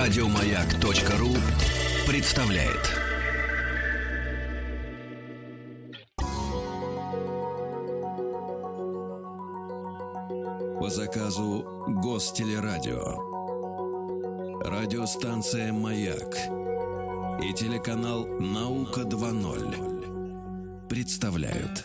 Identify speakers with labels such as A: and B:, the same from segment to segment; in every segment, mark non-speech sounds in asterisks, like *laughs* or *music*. A: Радиомаяк.ру представляет. По заказу Гостелерадио. Радиостанция «Маяк» и телеканал «Наука 2.0» представляют.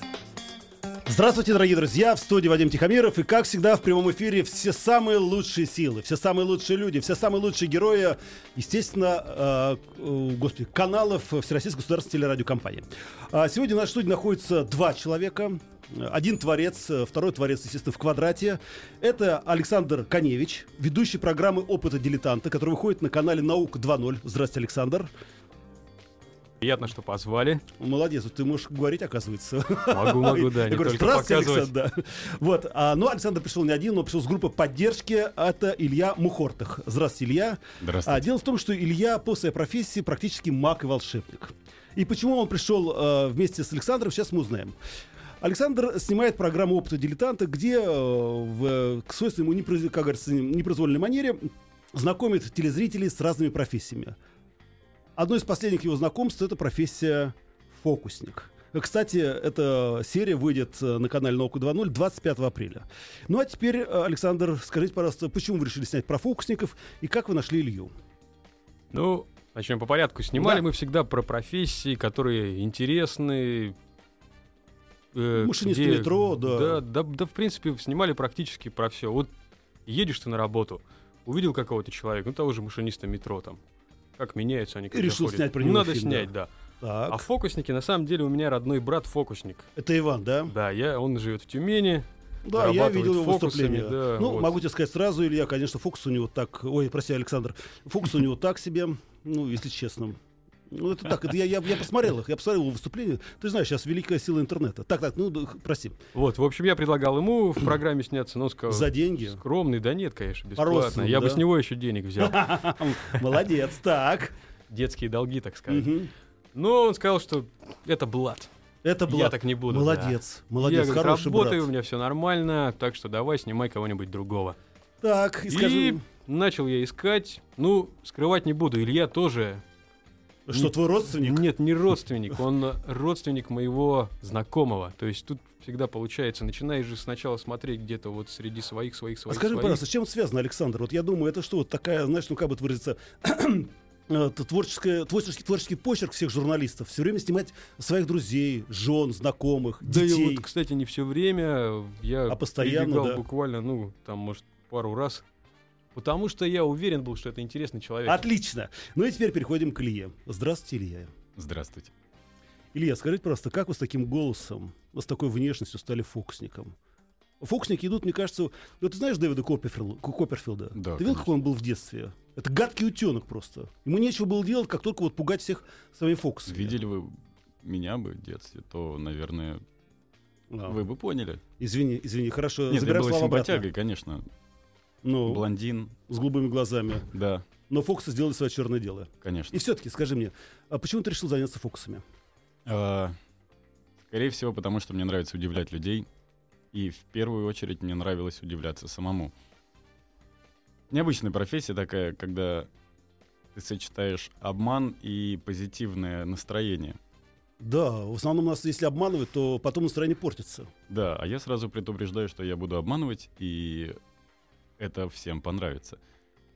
B: Здравствуйте, дорогие друзья! В студии Вадим Тихомиров. И, как всегда, в прямом эфире все самые лучшие силы, все самые лучшие люди, все самые лучшие герои, естественно, э, э, господи, каналов Всероссийской государственной телерадиокомпании. А Сегодня в нашей студии находится два человека. Один творец, э, второй творец, естественно, в квадрате. Это Александр Коневич, ведущий программы «Опыта дилетанта», который выходит на канале «Наука 2.0». Здравствуйте, Александр.
C: Приятно, что позвали.
B: Молодец, вот ты можешь говорить, оказывается. *laughs*
C: Могу, могу, да,
B: Я
C: не
B: говорю,
C: только
B: здравствуйте,
C: показывать.
B: Александр. *laughs* да. Вот, а, но Александр пришел не один, он пришел с группы поддержки. Это Илья Мухортых. Здравствуйте, Илья.
D: Здравствуйте.
B: А, дело в том, что Илья по своей профессии практически маг и волшебник. И почему он пришел э, вместе с Александром, сейчас мы узнаем. Александр снимает программу «Опыта дилетанта», где э, в, э, к свойственной ему непроиз- как говорится, непроизвольной манере знакомит телезрителей с разными профессиями. Одно из последних его знакомств это профессия фокусник. Кстати, эта серия выйдет э, на канале Наука 2.0 25 апреля. Ну а теперь, э, Александр, скажите, пожалуйста, почему вы решили снять про фокусников и как вы нашли Илью?
C: Ну, начнем по порядку. Снимали
B: Да.
C: мы всегда про профессии, которые интересны. э,
B: Машинисты метро, да.
C: Да, да, да, в принципе, снимали практически про все. Вот едешь ты на работу, увидел какого-то человека, ну того же машиниста метро там. Как меняются они, когда
B: решил
C: ходят.
B: снять про
C: Ну,
B: него
C: Надо
B: фильм,
C: снять, да.
B: Так,
C: А фокусники, на самом деле, у меня родной брат фокусник.
B: это Иван, да?
C: Да, я, он живет в Тюмени.
B: Да, я
C: зарабатывает
B: видел его
C: фокусами,
B: выступление.
C: да,
B: ну,
C: вот.
B: могу тебе сказать сразу, Илья, конечно, фокус у него так... Ой, прости, Александр. Фокус у
C: *laughs*
B: него так себе, ну, если честно. Ну, это так, это я, я, я посмотрел их, я посмотрел его выступление. Ты знаешь, сейчас великая сила интернета. Так, так, ну, да, х- прости.
C: Вот, в общем, я предлагал
B: *clears throat*
C: ему в программе сняться, но он сказал...
B: За деньги?
C: Скромный, да нет, конечно,
B: По-родственному,
C: бесплатно. Я бы
B: да?
C: с него еще денег взял.
B: Молодец, так.
C: Детские долги, так сказать.
B: Мгм.
C: Но он сказал, что это блат.
B: Это было.
C: Я так не буду.
B: Молодец,
C: да.
B: молодец,
C: я, говорит,
B: хороший
C: работаю, у
B: брат.
C: меня все нормально, так что давай снимай кого-нибудь другого.
B: Так, и
C: И
B: скажи,
C: начал я искать. Ну, скрывать не буду, Илья тоже.
B: что твой родственник? А
C: Нет, не родственник, он родственник моего знакомого. То есть тут всегда получается, начинаешь же сначала смотреть где-то вот среди своих, своих,
B: А
C: своих,
B: скажи,
C: своих.
B: пожалуйста, с чем это связано, Александр? Вот я думаю, это что, вот такая, знаешь, ну как бы это выразиться, *clears throat* э, т- творческая, творческий, творческий почерк всех журналистов. Все время снимать своих друзей, жен, знакомых,
C: Да и
B: детей.
C: вот, кстати, не все время. Я
B: А постоянно,
C: перебегал
B: да.
C: буквально, ну, там, может, пару раз. Потому что я уверен был, что это интересный человек.
B: Отлично. Ну и теперь переходим к Илье. Здравствуйте, Илья.
D: Здравствуйте.
B: Илья, скажите, просто, как вы с таким голосом, с такой внешностью стали фокусником? Фокусники идут, мне кажется... Ну, ты знаешь Дэвида Копперфилда? Ку- Копперфилда?
D: Да,
B: ты видел, какой он был в детстве? Это гадкий утенок просто. Ему нечего было делать, как только вот пугать всех своими фокусами.
D: Видели вы меня бы в детстве, то, наверное,
B: А.
D: вы бы поняли.
B: Извини, извини, хорошо,
D: Нет, я
B: забираем
D: был
B: Э, слова обратно.
D: симпатягой, конечно.
B: Ну,
D: Блондин,
B: с голубыми глазами.
D: да,
B: Но фокусы сделали свое черное дело.
D: конечно.
B: И все-таки, скажи мне, а почему ты решил заняться фокусами?
D: А, Скорее всего, потому что мне нравится удивлять людей. И в первую очередь мне нравилось удивляться самому. Необычная профессия такая, когда ты сочетаешь обман и позитивное настроение.
B: Да, в основном нас, если обманывают, то потом настроение портится.
D: Да, а я сразу предупреждаю, что я буду обманывать, и это всем понравится.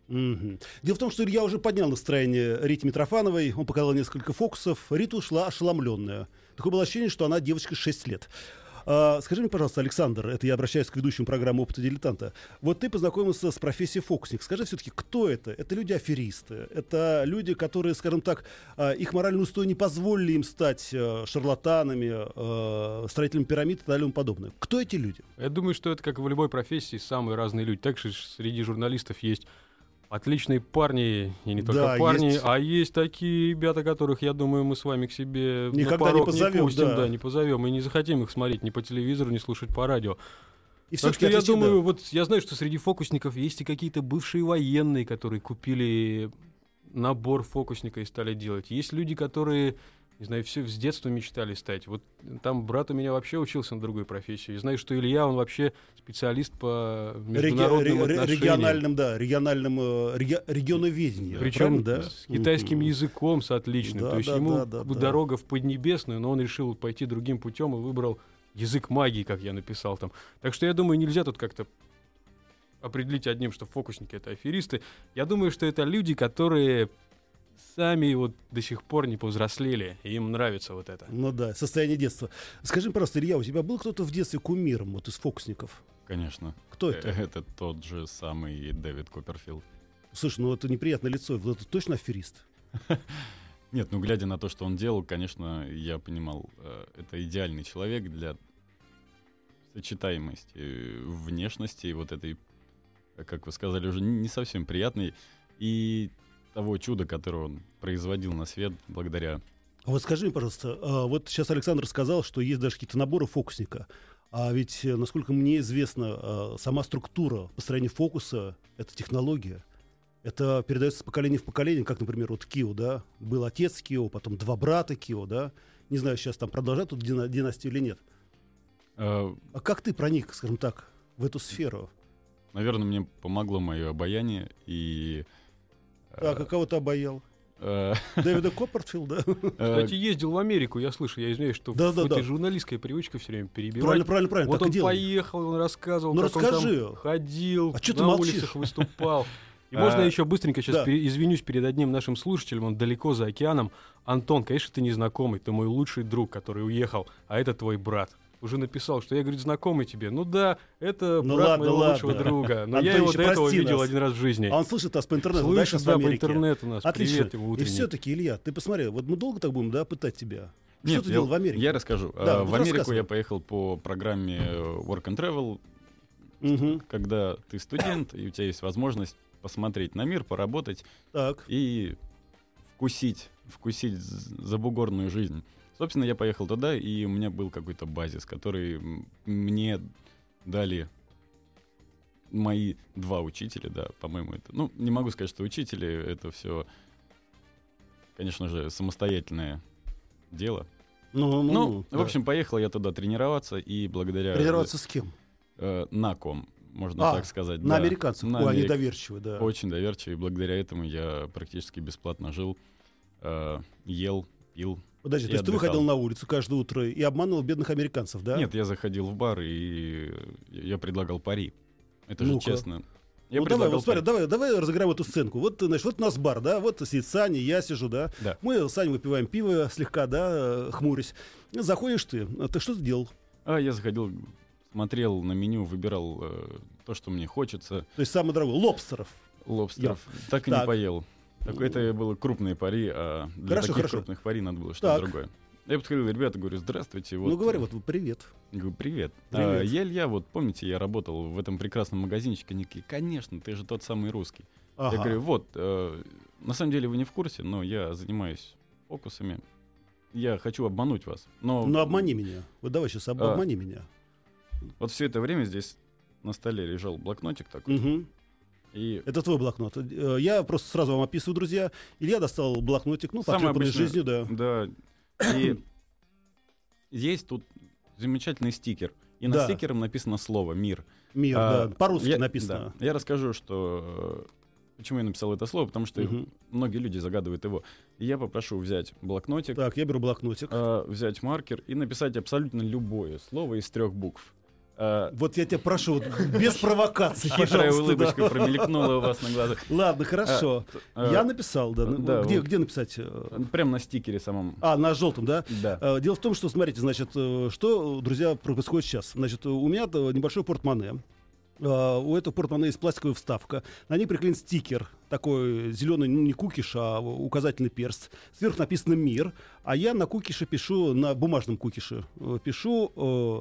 B: Мгм. Дело в том, что Илья уже поднял настроение Рите Митрофановой. Он показал несколько фокусов. Рита ушла ошеломленная. Такое было ощущение, что она девочка 6 лет. А, скажи мне, пожалуйста, Александр, это я обращаюсь к ведущему программы «Опыта дилетанта». Вот ты познакомился с профессией фокусник. Скажи все-таки, кто это? Это люди-аферисты. Это люди, которые, скажем так, а, их моральный устой не позволили им стать э, шарлатанами, э, строителями пирамид и так далее и тому подобное. Кто эти люди?
C: Я думаю, что это, как и в любой профессии, самые разные люди. Так же ж среди журналистов есть отличные парни, и не только
B: Да,
C: парни,
B: есть.
C: а есть такие ребята, которых, я думаю, мы с вами к себе на
B: Никогда не
C: порог
B: позовём,
C: пустим,
B: да.
C: да, не позовем, и не захотим их смотреть ни по телевизору, ни слушать по радио.
B: И
C: Так
B: всё-таки
C: что я
B: отличие, да.
C: думаю, вот я знаю, что среди фокусников есть и какие-то бывшие военные, которые купили набор фокусника и стали делать. Есть люди, которые Не знаю, все с детства мечтали стать. Вот там брат у меня вообще учился на другой профессии. И знаю, что Илья, он вообще специалист по международным
B: Реги- ре- ре-
C: отношениям.
B: региональным, да, региональным э, реги- регионоведением. правильно,
C: Причем
B: да?
C: с китайским
B: Мгм.
C: языком, с отличным.
B: Да,
C: То есть
B: да,
C: ему
B: да, да, да.
C: дорога в Поднебесную, но он решил пойти другим путем и выбрал язык магии, как я написал там. Так что я думаю, нельзя тут как-то определить одним, что фокусники это аферисты. Я думаю, что это люди, которые сами вот до сих пор не повзрослели, и им нравится вот это.
B: Ну да, состояние детства. Скажи, пожалуйста, Илья, у тебя был кто-то в детстве кумиром, вот из фокусников?
D: Конечно.
B: Кто
D: Э,
B: это?
D: Это тот же самый Дэвид Копперфилд.
B: Слушай, ну это неприятное лицо, вот это точно аферист.
D: Нет, ну глядя на то, что он делал, конечно, я понимал, э, это идеальный человек для сочетаемости э, внешности и вот этой, э, как вы сказали, уже не совсем приятной и того чуда, которое он производил на свет благодаря...
B: А вот скажи мне, пожалуйста, а, вот сейчас Александр сказал, что есть даже какие-то наборы фокусника. А ведь, э, насколько мне известно, а, сама структура построения фокуса — это технология. Это передается с поколения в поколение, как, например, вот Кио, да? Был отец Кио, потом два брата Кио, да? Не знаю, сейчас там продолжат эту дина- династию или нет.
D: Э,
B: А как ты проник, скажем так, в эту сферу?
D: Наверное, мне помогло мое обаяние и... э,
B: Так, а кого ты обаял?
D: э,
B: Дэвида Коппертфилда?
D: э,
C: Кстати, ездил в Америку, я слышу, я извиняюсь, что
B: Да-да-да.
C: вот эта журналистская привычка все время перебивать.
B: Правильно, правильно, правильно.
C: вот
B: так и
C: он
B: делай.
C: поехал, он рассказывал,
B: Ну,
C: как он
B: расскажи.
C: там ходил,
B: А чё ты
C: на
B: молчишь?
C: улицах выступал.
B: *laughs*
C: И
D: А,
C: можно я еще быстренько сейчас
B: да.
C: извинюсь перед одним нашим слушателем, он далеко за океаном. Антон, конечно, ты не знакомый, ты мой лучший друг, который уехал, а это твой брат. Уже написал, что я, говорит, знакомый тебе. Ну да, это
B: Ну
C: брат
B: ладно,
C: моего
B: ладно.
C: лучшего друга.
B: *laughs*
C: Но я
B: Антоныч,
C: его до этого
B: прости
C: видел
B: нас.
C: один раз в жизни.
B: А он слышит нас по интернету, да,
C: Слышишь,
B: сейчас в
C: да, по
B: Америке?
C: интернету нас.
B: Отлично.
C: Привет ему
B: И
C: утренний.
B: все-таки, Илья, ты посмотри, вот мы долго так будем, да, пытать тебя?
D: Нет,
B: Что ты
D: я-
B: делал в Америке?
D: Я расскажу.
B: Да,
D: Э,
B: вот
D: в Америку
B: рассказывай.
D: я поехал по программе э, Work and Travel,
B: Мгм.
D: когда ты студент, и у тебя есть возможность посмотреть на мир, поработать
B: Так.
D: и вкусить, вкусить з- забугорную жизнь. Собственно, я поехал туда, и у меня был какой-то базис, который м, мне дали мои два учителя, да, по-моему, это... Ну, не могу сказать, что учители, это все, конечно же, самостоятельное дело.
B: Ну, ну,
D: Ну, в
B: да.
D: общем, поехал я туда тренироваться, и благодаря...
B: Тренироваться с кем?
D: э, на ком, можно
B: А,
D: так сказать.
B: На
D: э, да.
B: американцев.
D: На
B: Ой, они
D: Америк-
B: доверчивы, да.
D: Очень доверчивый, и благодаря этому я практически бесплатно жил, э, ел, пил.
B: Подожди,
D: Я
B: то есть ты
D: отдыхал.
B: выходил на улицу каждое утро и обманывал бедных американцев, да?
D: Нет, я заходил в бар, и я предлагал пари. Это же
B: Ну-ка.
D: честно. Я
B: Я ну давай,
D: предлагал
B: вот смотри,
D: пари.
B: давай, давай разыграем эту сценку. Вот, ты, значит, вот у нас бар, да, вот сидит Саня, я сижу, да.
D: Да.
B: Мы с Саней выпиваем пиво слегка, да, э, хмурясь. Заходишь ты, а ты что ты делал?
D: А я заходил, смотрел на меню, выбирал э, то, что мне хочется.
B: То есть самое дорогое, лобстеров.
D: Лобстеров так и не
B: Так.
D: поел. Так, это было крупные пари, а для
B: Хорошо,
D: таких
B: хорошо.
D: крупных пари надо было что-то
B: Так.
D: другое. Я подходил, ребята, говорю, здравствуйте. Вот,
B: Ну говори, вот привет.
D: Говорю, привет.
B: Привет.
D: А, я Илья, вот помните, я работал в этом прекрасном магазинчике. Они такие, конечно, ты же тот самый русский.
B: Ага.
D: Я говорю, вот, э, на самом деле вы не в курсе, но я занимаюсь фокусами. Я хочу обмануть вас. Но
B: Ну обмани меня. Вот давай сейчас об-
D: А.
B: обмани меня.
D: вот все это время здесь на столе лежал блокнотик такой.
B: Мгм.
D: И
B: Это твой блокнот. Э, Я просто сразу вам описываю, друзья. Илья достал блокнотик, ну,
D: Самое
B: потрепанный
D: обычное.
B: жизнью, да.
D: да,
B: *coughs*
D: и есть тут замечательный стикер. И на
B: Да.
D: стикером написано слово «мир».
B: Мир,
D: А,
B: да. По-русски
D: я-
B: написано.
D: да. Я расскажу, что э, почему я написал это слово, потому что
B: Мгм.
D: многие люди загадывают его. И я попрошу взять блокнотик,
B: Так, я беру блокнотик.
D: э, взять маркер и написать абсолютно любое слово из трех букв.
B: *laughs*
D: Э,
B: Вот я тебя прошу, вот,
D: *laughs*
B: без провокаций,
D: Хитрая
B: пожалуйста. да.
D: улыбочка промелькнула у вас на глазах.
B: Ладно, хорошо.
D: Э,
B: Я написал, да. ну,
D: да,
B: где,
D: вот.
B: где написать? э,
D: Прям на стикере самом.
B: А, на желтом, да?
D: Да.
B: Э, Дело в том, что, смотрите, значит, э, что, друзья, происходит сейчас. Значит, э, у меня э, небольшой портмоне. Э, У этого портмоне есть пластиковая вставка. На ней приклеен стикер, такой зеленый, ну, не кукиш, а указательный перст. Сверху написано «Мир», а я на кукише пишу, на бумажном кукише э, пишу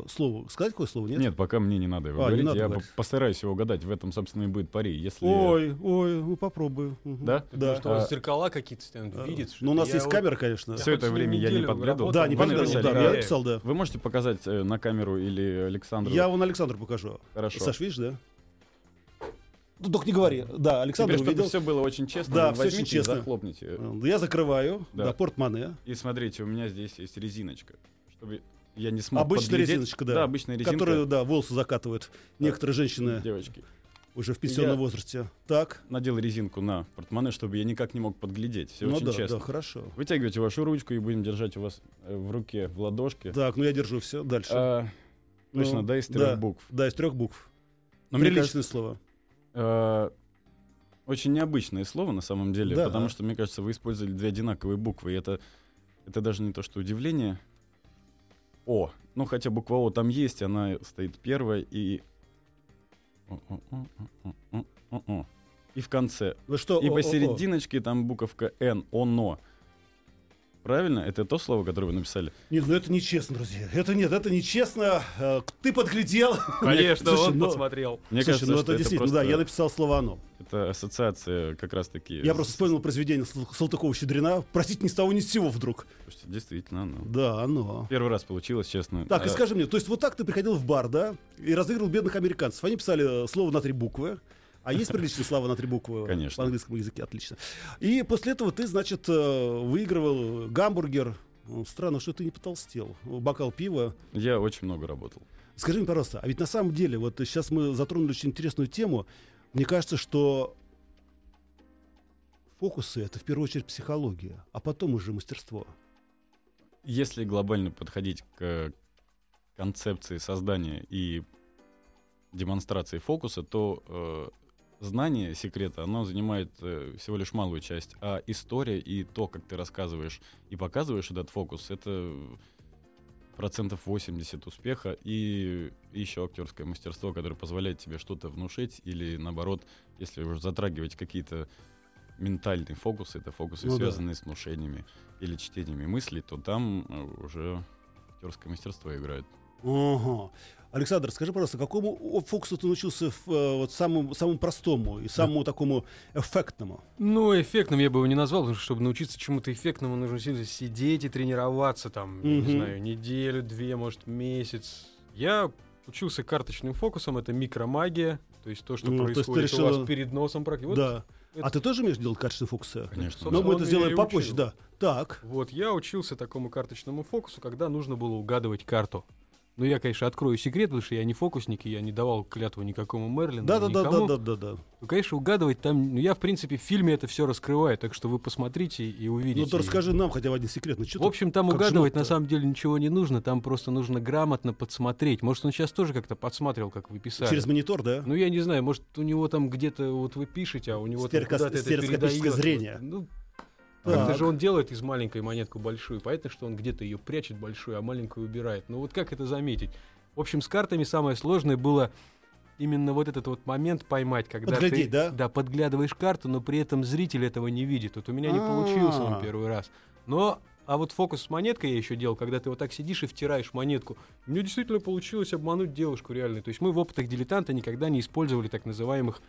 B: э, слово. Сказать какое слово, нет?
D: Нет, пока мне не надо его
B: А, не
D: говорить.
B: надо
D: я
B: говорить.
D: по- постараюсь его угадать. В этом, собственно, и будет пари. Если...
B: Ой, ой, ну попробую. Мгм.
D: Да?
B: Да.
C: Что, у вас
D: А.
C: зеркала какие-то стоят,
B: Э,
C: видит? что
B: Ну, у
C: ли?
B: нас
C: Я
B: есть
C: вот-
B: камера, конечно.
D: Всё это
C: хоть
D: время я не
C: неделю
D: подглядывал.
B: Да,
C: работал,
B: не
D: Вы
B: подглядывал,
D: написали,
B: да,
D: да.
B: я написал, да.
D: А, Вы можете показать э, на камеру или Александру?
B: Я вон Александру покажу.
D: Хорошо.
B: Саш, видишь, да? Ну, только не говори. Да, Александр
D: Теперь, чтобы
B: увидел.
D: все было очень честно,
B: Да,
D: вы
B: всё
D: возьмите
B: очень честно. Э.
D: и захлопните.
B: Я закрываю.
D: Да.
B: Да, портмоне.
D: И смотрите, у меня здесь есть резиночка, чтобы я не смог
B: Обычная
D: подглядеть.
B: резиночка, да.
D: Да, обычная резинка.
B: Которую, да, волосы закатывают.
D: Да.
B: Некоторые женщины
D: Девочки,
B: уже в пенсионном
D: Я-
B: возрасте. Так.
D: надел резинку на портмоне, чтобы я никак не мог подглядеть. Все
B: ну
D: очень
B: да,
D: честно.
B: да, хорошо.
D: Вытягивайте вашу ручку и будем держать у вас э, в руке, в ладошке.
B: Так, ну я держу все. Дальше.
D: А,
B: Ну,
D: точно, да, из трех
B: да.
D: букв.
B: Да, из трех букв.
D: Но мне
B: Приличное слово.
D: Э, Очень необычное слово на самом деле,
B: Да.
D: потому что, мне кажется, вы использовали две одинаковые буквы. И это, это даже не то, что удивление. О. Ну, хотя буква О там есть, она стоит первая и. О, о, о, о, о, о, о. И в конце.
B: Вы что? о,
D: И
B: о, о.
D: посерединочке там буковка Н, оно. Правильно? Это то слово, которое вы написали.
B: Нет, ну это нечестно, друзья. Это нет, это нечестно. Э, к- Ты подглядел.
C: Конечно,
B: Слушай,
C: он
B: ну,
C: подсмотрел.
D: Мне
B: Слушай,
D: кажется,
B: ну
D: что
B: это
D: это
B: действительно,
D: просто-
B: да, я написал слово «оно».
D: это ассоциация как раз-таки.
B: Я просто вспомнил произведение Сал- Салтыкова-Щедрина. Простите, ни с того, ни с сего вдруг.
D: Слушайте, Действительно, оно.
B: Да, оно.
D: Первый раз получилось, честно.
B: Так, и
D: Э,
B: скажи мне, то есть вот так ты приходил в бар, да, и разыгрывал бедных американцев. Они писали э, слово на три буквы. А есть приличные слова на три буквы?
D: *laughs* Конечно.
B: В английском языке, отлично. И после этого ты, значит, э, выигрывал гамбургер. Ну, Странно, что ты не потолстел. Бокал пива.
D: Я очень много работал.
B: Скажи мне, пожалуйста, а ведь на самом деле, вот сейчас мы затронули очень интересную тему. Мне кажется, что фокусы — это в первую очередь психология, а потом уже мастерство.
D: Если глобально подходить к концепции создания и демонстрации фокуса, то э, знание секрета, оно занимает э, всего лишь малую часть, а история и то, как ты рассказываешь и показываешь этот фокус, это процентов 80 успеха и еще актерское мастерство, которое позволяет тебе что-то внушить или наоборот, если уже затрагивать какие-то ментальные фокусы, это фокусы,
B: Ну да.
D: связанные с внушениями или чтениями мыслей, то там э, уже актерское мастерство играет.
B: Ага. Александр, скажи, пожалуйста, какому о- фокусу ты научился в, э, вот самому, самому простому и самому такому эффектному?
C: Ну, эффектным я бы его не назвал, потому что, чтобы научиться чему-то эффектному, нужно сильно сидеть и тренироваться там, я
B: Мгм.
C: не знаю, неделю, две, может, месяц. Я учился карточным фокусом, это микромагия, то есть то, что
B: Ну, то есть ты
C: происходит у
B: решила-
C: вас перед носом практически.
B: да.
C: это-
B: А ты тоже умеешь делать качественные фокусы?
D: Конечно.
B: Но мы
C: Он
B: это
C: меня
B: сделаем
C: и
B: попозже,
C: учил.
B: да. Так.
C: Вот, я учился такому карточному фокусу, когда нужно было угадывать карту. Ну, я, конечно, открою секрет, потому что я не фокусник, и я не давал клятву никакому Мерлину,
B: Да, да, да,
C: ну никому.
B: да, да, да, да.
C: Ну, конечно, угадывать там... Ну, я, в принципе, в фильме это все раскрываю, так что вы посмотрите и увидите.
B: Ну ты расскажи нам хотя бы один секрет. Ну, чё
C: В
B: ты-
C: общем, там
B: как
C: угадывать
B: жмот-то?
C: на самом деле ничего не нужно, там просто нужно грамотно подсмотреть. Может, он сейчас тоже как-то подсматривал, как вы писали.
B: через монитор, да?
C: Ну, я не знаю, может, у него там где-то вот вы пишете, а у него там
B: Стереокос-
C: куда-то это
B: стереоскопическое
C: передаёт.
B: зрение.
C: Ну,
B: Так.
C: как-то же он делает из маленькой монетку большую. Понятно, что он где-то ее прячет большую, а маленькую убирает. Ну вот как это заметить? В общем, с картами самое сложное было именно вот этот вот момент поймать, когда
B: Подглядеть,
C: ты
B: да?
C: подглядываешь карту, но при этом зритель этого не видит. Вот у меня не получился
B: А.
C: он первый раз. Но а вот фокус с монеткой я еще делал, когда ты вот так сидишь и втираешь монетку. Мне действительно получилось обмануть девушку реально. То есть мы в опытах дилетанта никогда не использовали так называемых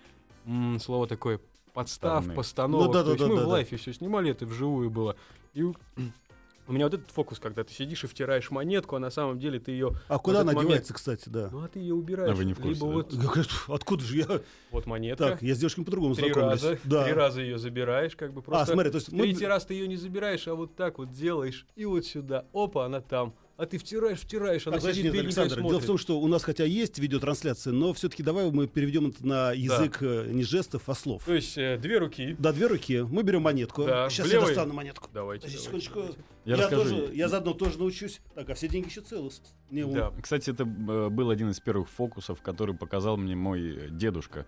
C: м, слово такое подстав,
D: Подставные.
C: постановок.
B: Ну да,
C: То
B: да,
C: есть
B: да,
C: мы
B: да,
C: в
B: да.
C: лайфе все снимали, это вживую было. И у *clears throat* у меня вот этот фокус, когда ты сидишь и втираешь монетку, а на самом деле ты ее.
B: А куда
C: этот
B: она
C: момент.
B: девается, кстати, да?
C: Ну а ты ее убираешь.
D: А вы не в курсе,
C: Либо
D: да?
C: вот,
B: Я говорю, Откуда же я?
C: вот монетка.
B: Так, я с девушками по-другому
C: Три
B: знакомлюсь.
C: раза,
B: да. А,
C: три раза ее забираешь, как бы просто.
B: смотри, то есть мы-
C: Третий раз ты ее не забираешь, а вот так вот делаешь, и вот сюда, опа, она там. А ты втираешь, втираешь, она
B: Так, подожди,
C: сидит, ты
B: А Александр, дело в том, что у нас хотя есть видеотрансляция, но все-таки давай мы переведем это на язык э, не жестов, а слов.
C: То есть э, две руки.
B: Да, две руки. Мы берем монетку.
C: Да,
B: Сейчас
C: в
B: я
C: левой-
B: достану монетку.
C: Давайте.
B: Подожди
C: давайте,
B: секундочку.
C: давайте.
D: Я, расскажу.
B: тоже, я заодно тоже научусь. Так, а все деньги еще целы. С- Не, у-
C: Да.
D: Кстати, это э, был один из первых фокусов, который показал мне мой э, дедушка.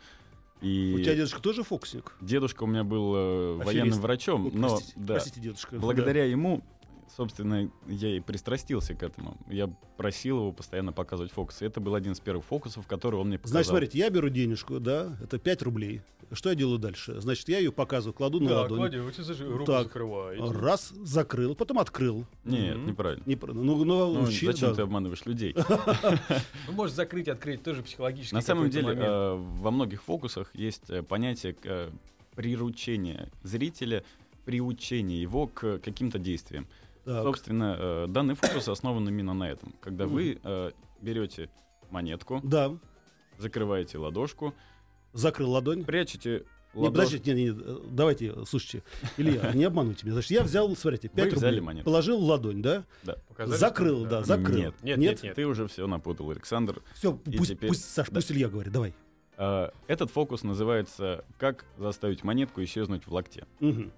D: И
B: У тебя дедушка тоже фокусник?
D: дедушка у меня был э,
B: Аферист.
D: военным врачом,
B: Ой,
D: но
B: простите,
D: ну, да,
B: простите, дедушка.
D: благодаря ему, собственно, я и пристрастился к этому. Я просил его постоянно показывать фокусы. Это был один из первых фокусов, который он мне
B: Да.
D: показал.
B: Значит, смотрите, я беру денежку, да, это 5 рублей. Что я делаю дальше? Значит, я ее показываю, кладу на
C: Да,
B: ладонь.
C: Кладя, вы тебе зажи- руку
B: ну, Так.
C: закрываете.
B: Раз, закрыл, потом открыл.
D: Нет,
C: Мгм.
D: неправильно.
B: Не, пр- ну, ну,
D: Ну,
B: учи,
D: зачем
B: да.
D: ты обманываешь людей?
C: Ну, можешь закрыть, открыть, тоже психологически.
D: На самом
C: какой-то
D: деле,
C: момент.
D: э, во многих фокусах есть э, понятие э, приручения зрителя, приучения его к каким-то действиям.
B: Так.
D: Собственно, э, данный фокус основан именно на этом. Когда вы э, берете монетку,
B: Да.
D: закрываете ладошку,
B: закрыл ладонь.
D: Прячете
B: Не,
D: ладошь-
B: подождите, не, не, э, давайте, слушайте,
D: *laughs*
B: Илья, не обманывайте меня. Значит, я взял, смотрите, 5
D: взяли
B: рублей,
D: монету.
B: положил в ладонь, да?
C: Показали,
B: закрыл,
C: что ли?
B: да, закрыл.
D: Нет.
C: Нет, нет, нет.
D: Ты уже все напутал, Александр.
B: Все,
D: И
B: пусть,
D: теперь-
B: пусть, Саш,
D: да.
B: пусть Илья говорит, давай.
D: Э, Этот фокус называется «Как заставить монетку исчезнуть в локте».
B: Мгм.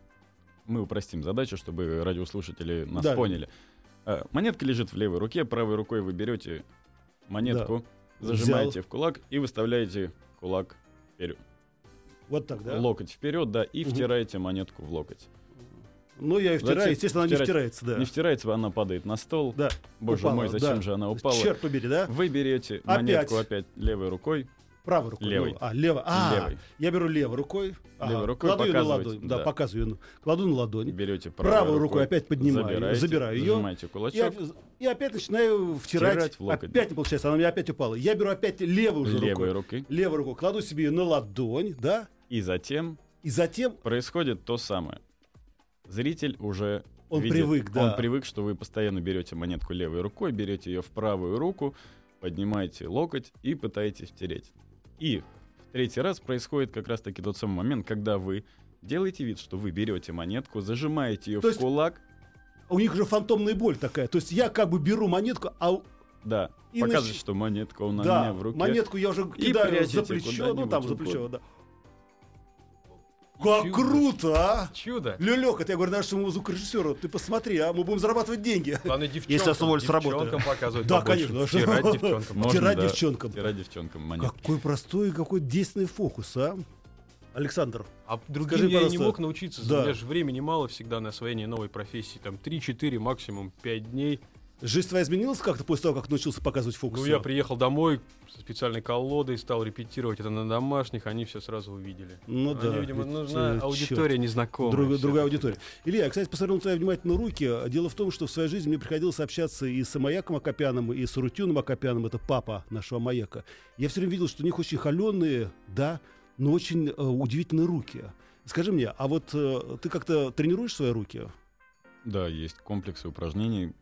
D: Мы упростим задачу, чтобы радиослушатели нас
B: Да.
D: поняли. Э, Монетка лежит в левой руке, правой рукой вы берете монетку,
B: Взял.
D: зажимаете в кулак и выставляете кулак,
B: Вот так, да?
D: локоть вперед, да, и
B: Мгм.
D: втираете монетку в локоть.
B: Ну, я и втираю,
D: Затем
B: естественно, она не
D: втирать-
B: втирается, да.
D: Не втирается, она падает на стол.
B: Да,
D: Боже
B: упала,
D: мой, зачем
B: да.
D: же она упала?
B: Черт побери, да?
D: Вы берете
B: Опять.
D: монетку опять левой рукой,
B: Правой рукой.
D: Левой.
B: ну, А, лево. А,
D: Левой.
B: я беру левой рукой. ага,
D: Левой рукой
B: Кладу ее на
D: показывать,
B: ладонь. Да,
D: да.
B: показываю. её на- Кладу на ладонь.
D: берете правой,
B: Правой рукой опять поднимаю,
D: забираете,
B: забираю её.
D: зажимаете кулачок.
B: Я, и опять начинаю втирать.
D: Втирать в локоть.
B: опять не получается, она у меня опять упала. Я беру опять левую уже рукой.
D: левой рукой.
B: Левую руку кладу себе её на ладонь, да?
D: И затем
B: И затем
D: происходит то самое. Зритель уже
B: он
D: видит,
B: привык, да.
D: Он привык, что вы постоянно берете монетку левой рукой, берете ее в правую руку, поднимаете локоть и пытаетесь втереть. И в третий раз происходит как раз-таки тот самый момент, когда вы делаете вид, что вы берете монетку, зажимаете ее
B: То
D: в
B: есть-
D: кулак,
B: У них же фантомная боль такая. То есть я как бы беру монетку, а у-
D: да,
B: И
D: показывает,
B: начи-
D: что монетка у
B: да,
D: меня в руке.
B: монетку я уже кидаю за
D: прячете
B: плечо, ну там
D: куда-нибудь
B: за плечо,
D: вот.
B: да. Как
C: Чудо.
B: круто, а!
C: Чудо.
B: Лёлёк, это я говорю нашему звукорежиссеру, ты посмотри, а мы будем зарабатывать деньги.
C: Главное,
B: Если
C: девчонкам,
B: освободить с работы.
C: девчонкам показывать
B: Да,
C: побольше.
B: конечно.
C: Втирать девчонкам.
D: Можно,
B: Втирать
D: да,
B: девчонкам.
D: Втирать девчонкам монетку.
B: Какой простой и какой действенный фокус, а? Александр,
C: А другим
B: Скажи,
C: я и не
B: пожалуйста,
C: мог научиться.
B: да.
C: У меня же времени мало всегда на освоение новой профессии. Там 3-4, максимум 5 дней.
B: жизнь твоя изменилась как-то после того, как научился показывать фокусы?
C: Ну, я приехал домой со специальной колодой, стал репетировать это на домашних, они все сразу увидели.
B: Ну
C: Они,
B: да.
C: видимо,
B: ведь,
C: нужна
B: э,
C: аудитория
B: чёрт.
C: незнакомая.
B: Друг-
C: всё-таки.
B: другая аудитория. Илья, я, кстати, посмотрел на твои внимательно руки. Дело в том, что в своей жизни мне приходилось общаться и с Маяком Акопяном, и с Рутюном Акопяном. Это папа нашего Маяка. Я все время видел, что у них очень холеные, да, но очень э, удивительные руки. Скажи мне, а вот э, ты как-то тренируешь свои руки?
D: Да, есть комплексы упражнений,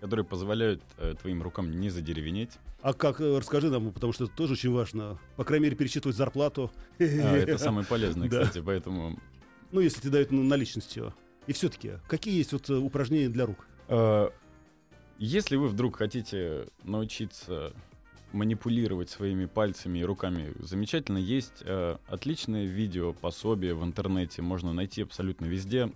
D: которые позволяют э, твоим рукам не задеревенеть.
B: А как, э, расскажи нам, потому что это тоже очень важно. По крайней мере, пересчитывать зарплату. *laughs*
D: А, это самое полезное,
B: Да.
D: кстати, поэтому...
B: Ну, если тебе дают на- наличностью. И все-таки, какие есть вот э, упражнения для рук?
D: э, Если вы вдруг хотите научиться манипулировать своими пальцами и руками, замечательно, есть э, отличное видео, пособие в интернете, можно найти абсолютно везде.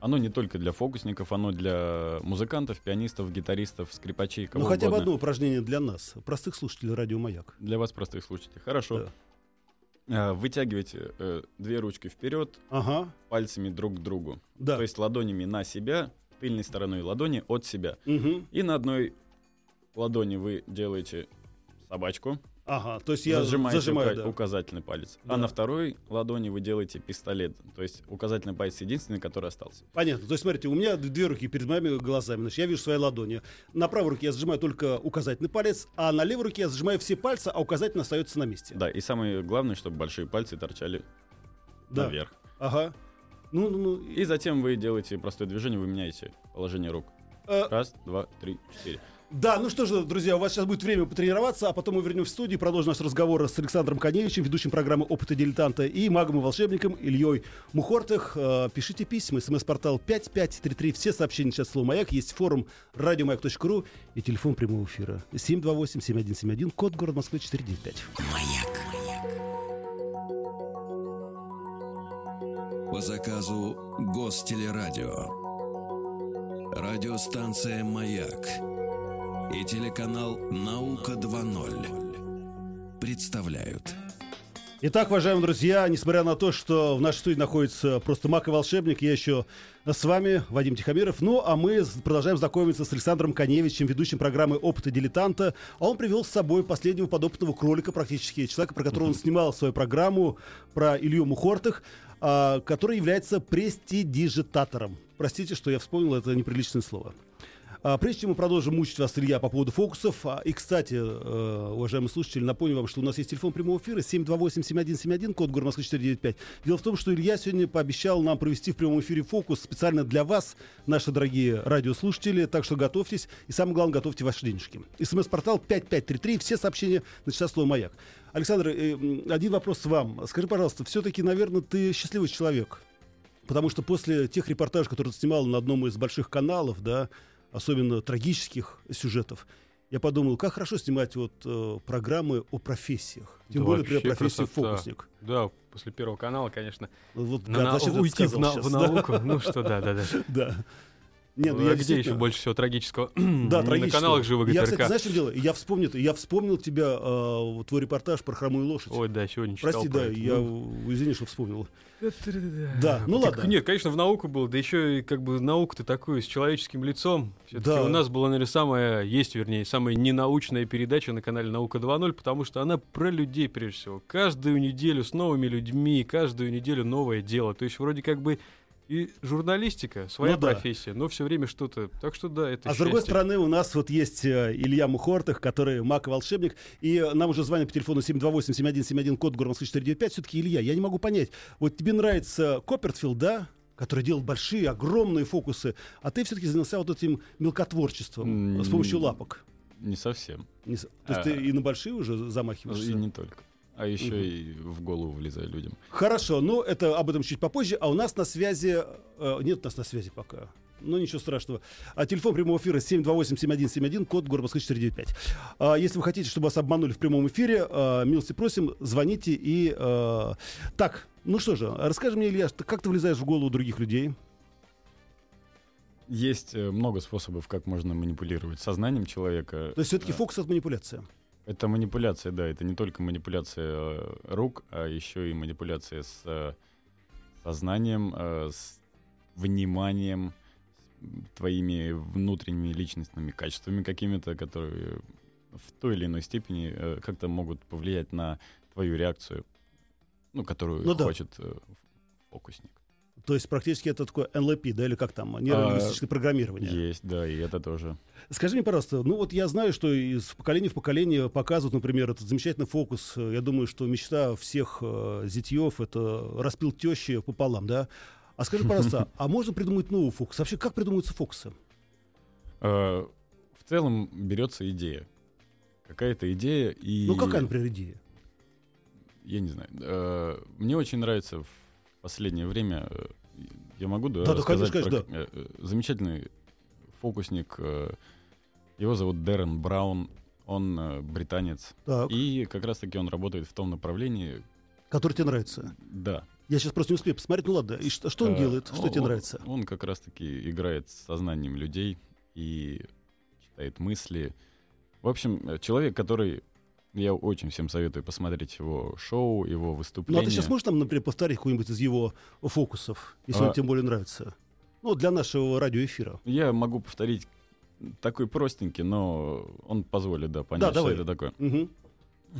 D: Оно не только для фокусников, оно для музыкантов, пианистов, гитаристов, скрипачей, кого
B: ну, хотя бы
D: угодно.
B: одно упражнение для нас, простых слушателей радио «Маяк».
D: Для вас, простых слушателей. Хорошо. Э, Вытягивайте э, две ручки вперед,
B: Ага,
D: пальцами друг к другу.
B: да.
D: То есть ладонями на себя, тыльной стороной ладони от себя.
B: Мгм.
D: И на одной ладони вы делаете собачку,
B: Ага, то есть я
D: зажимаете
B: зажимаю,
D: ука-
B: да.
D: указательный палец.
B: Да.
D: А на второй ладони вы делаете пистолет. То есть указательный палец единственный, который остался.
B: Понятно. То есть, смотрите, у меня д- две руки перед моими глазами. Значит, я вижу свои ладони. На правой руке я зажимаю только указательный палец, а на левой руке я зажимаю все пальцы, а указательный остается на месте.
D: Да, и самое главное, чтобы большие пальцы торчали
B: Да.
D: наверх.
B: Ага. Ну, ну, ну.
D: И затем вы делаете простое движение, вы меняете положение рук.
B: э,
D: Раз, два, три, четыре.
B: Да, ну что же, друзья, у вас сейчас будет время потренироваться, а потом мы вернемся в студию и продолжим наш разговор с Александром Коневичем, ведущим программы «Опыта дилетанта» и магом и волшебником Ильей Мухортых. Э, Пишите письма, смс-портал 5533, все сообщения сейчас слово «Маяк», есть форум радиомаяк.ру и телефон прямого эфира 728-7171, код город Москвы 495.
A: По заказу Гостелерадио. Радиостанция «Маяк» и телеканал «Наука 2.0» представляют.
B: Итак, уважаемые друзья, несмотря на то, что в нашей студии находится просто маг и волшебник, я еще с вами, Вадим Тихомиров. Ну, а мы с- продолжаем знакомиться с Александром Коневичем, ведущим программы «Опыта дилетанта». А он привел с собой последнего подопытного кролика практически, человека, про которого он снимал свою программу, про Илью Мухортых, а, который является престидижитатором. Простите, что я вспомнил это неприличное слово. А, Прежде чем мы продолжим мучить вас, Илья, по поводу фокусов. а, И, кстати, э, уважаемые слушатели, напомню вам, что у нас есть телефон прямого эфира 728-7171, код город Москвы 495. Дело в том, что Илья сегодня пообещал нам провести в прямом эфире фокус специально для вас, наши дорогие радиослушатели. Так что готовьтесь. И самое главное, готовьте ваши денежки. СМС-портал 5533. Все сообщения на часа слово «Маяк». Александр, э, м, один вопрос вам. Скажи, пожалуйста, все-таки, наверное, ты счастливый человек. Потому что после тех репортажей, которые ты снимал на одном из больших каналов, да, особенно трагических сюжетов, я подумал, как хорошо снимать вот э, программы о профессиях. Тем
C: Да
B: более, например,
C: вообще
B: профессию
C: красота.
B: фокусник.
C: Да, после Первого канала, конечно.
B: Вот,
C: на-
B: гад,
C: на-
B: зачем ты это
C: уйти в,
B: сказал
C: на-
B: щас, *laughs*
C: в науку. Ну что, да, да, да.
B: Да. да. Не, ну
C: Ну,
B: я
C: а где еще
B: действительно-
C: больше всего трагического?
B: Да,
C: Не На
B: трагически.
C: каналах же
B: Я, кстати,
C: ГТРК.
B: знаешь, что дело? Я вспомнил, я вспомнил тебя, э, вот твой репортаж про хромую лошадь.
C: Ой, да, сегодня читал
B: Прости,
C: про
B: да,
C: это.
B: я
C: Ну,
B: э, извини, что вспомнил. Да,
C: Да,
B: ну
C: Так,
B: ладно.
C: Нет, конечно, в науку было, да еще и как бы наука-то такую, с человеческим лицом. Все-таки
B: Да.
C: у нас была, наверное, самая, есть, вернее, самая ненаучная передача на канале «Наука 2.0», потому что она про людей, прежде всего. Каждую неделю с новыми людьми, каждую неделю новое дело. То есть вроде как бы и журналистика, своя
B: Ну да.
C: профессия, но все время что-то. Так что да, это
B: А с другой
C: счастье.
B: стороны, у нас вот есть э, Илья Мухортых, который маг и волшебник, и э, нам уже звонят по телефону 728-7171, код Гор Москвы 495. Все-таки, Илья, я не могу понять, вот тебе нравится Коппертфилд, да? который делал большие, огромные фокусы, а ты все-таки занялся вот этим мелкотворчеством
D: М,
B: э, с помощью лапок.
D: Не совсем.
B: Не с- То есть ты
D: а.
B: и на большие уже
D: И
B: замахиваешься?
D: не только. А еще
B: Ну Мгм.
D: и в голову влезая людям.
B: Хорошо, ну это об этом чуть попозже. А у нас на связи... э, нет у нас на связи пока. Ну, ничего страшного. А телефон прямого эфира 728-7171, код город Москвы 495. А, если вы хотите, чтобы вас обманули в прямом эфире, а, милости просим, звоните и... э, Так, ну что же, расскажи мне, Илья, что- как ты влезаешь в голову других людей?
D: Есть э, много способов, как можно манипулировать сознанием человека.
B: То есть все-таки
D: А.
B: фокус — это манипуляция.
D: Это манипуляция, да, это не только манипуляция э, рук, а еще и манипуляция с э, сознанием, э, с вниманием, с м, твоими внутренними личностными качествами какими-то, которые в той или иной степени э, как-то могут повлиять на твою реакцию, ну, которую
B: Ну да.
D: хочет э, фокусник.
B: То есть практически это такое NLP, да, или как там, нейролингвистическое программирование.
D: Есть, да, и это тоже.
B: Скажи мне, пожалуйста, ну вот я знаю, что из поколения в поколение показывают, например, этот замечательный фокус. Э, Я думаю, что мечта всех э, зятьев — это распил тещи пополам, да? А скажи,
D: *laughs*
B: пожалуйста, а можно придумать новый фокус? Вообще, как придумываются фокусы?
D: Э, в целом берется идея. Какая-то идея и...
B: Ну, какая, например, идея?
D: Я не знаю. Э, Мне очень нравится в последнее время... э, Я могу, да,
B: Да, да,
D: рассказать
B: конечно,
D: про к- э, э, Замечательный фокусник. э, Его зовут Дэрен Браун. Он э, британец.
B: Так,
D: И как раз-таки он работает в том направлении...
B: который тебе нравится?
D: Да.
B: Я сейчас просто не успею посмотреть. Ну, ладно, и что, что он
D: Э,
B: делает? Что
D: он-
B: тебе нравится?
D: Он как раз-таки играет с сознанием людей и читает мысли. В общем, э, человек, который... Я очень всем советую посмотреть его шоу, его
B: Ну,
D: выступление.
B: а ты сейчас можешь нам, например, повторить какой-нибудь из его фокусов, если он
D: А.
B: тебе более нравится? Ну, для нашего радиоэфира.
D: Я могу повторить такой простенький, но он позволит, да, понять,
B: Да, давай.
D: что это такое.
B: Мгм.